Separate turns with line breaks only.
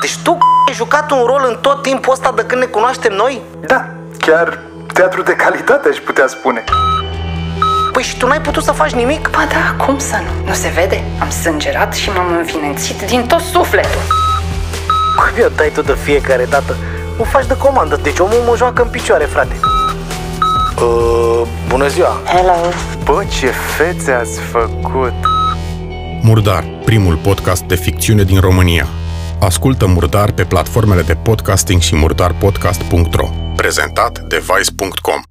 Deci Tu ai jucat un rol în tot timpul ăsta de când ne cunoaștem noi?
Da, chiar teatru de calitate aș putea spune.
Păi și tu n-ai putut să faci nimic?
Ba da, cum să nu? Nu se vede? Am sângerat și m-am învinețit din tot sufletul.
Cum eu dai tu de fiecare dată? O faci de comandă, deci omul mă joacă în picioare, frate. Uh, bună ziua!
Hello!
Bă, ce fețe ați făcut!
Murdar, primul podcast de ficțiune din România. Ascultă Murdar pe platformele de podcasting și murdarpodcast.ro. Prezentat de Vice.com.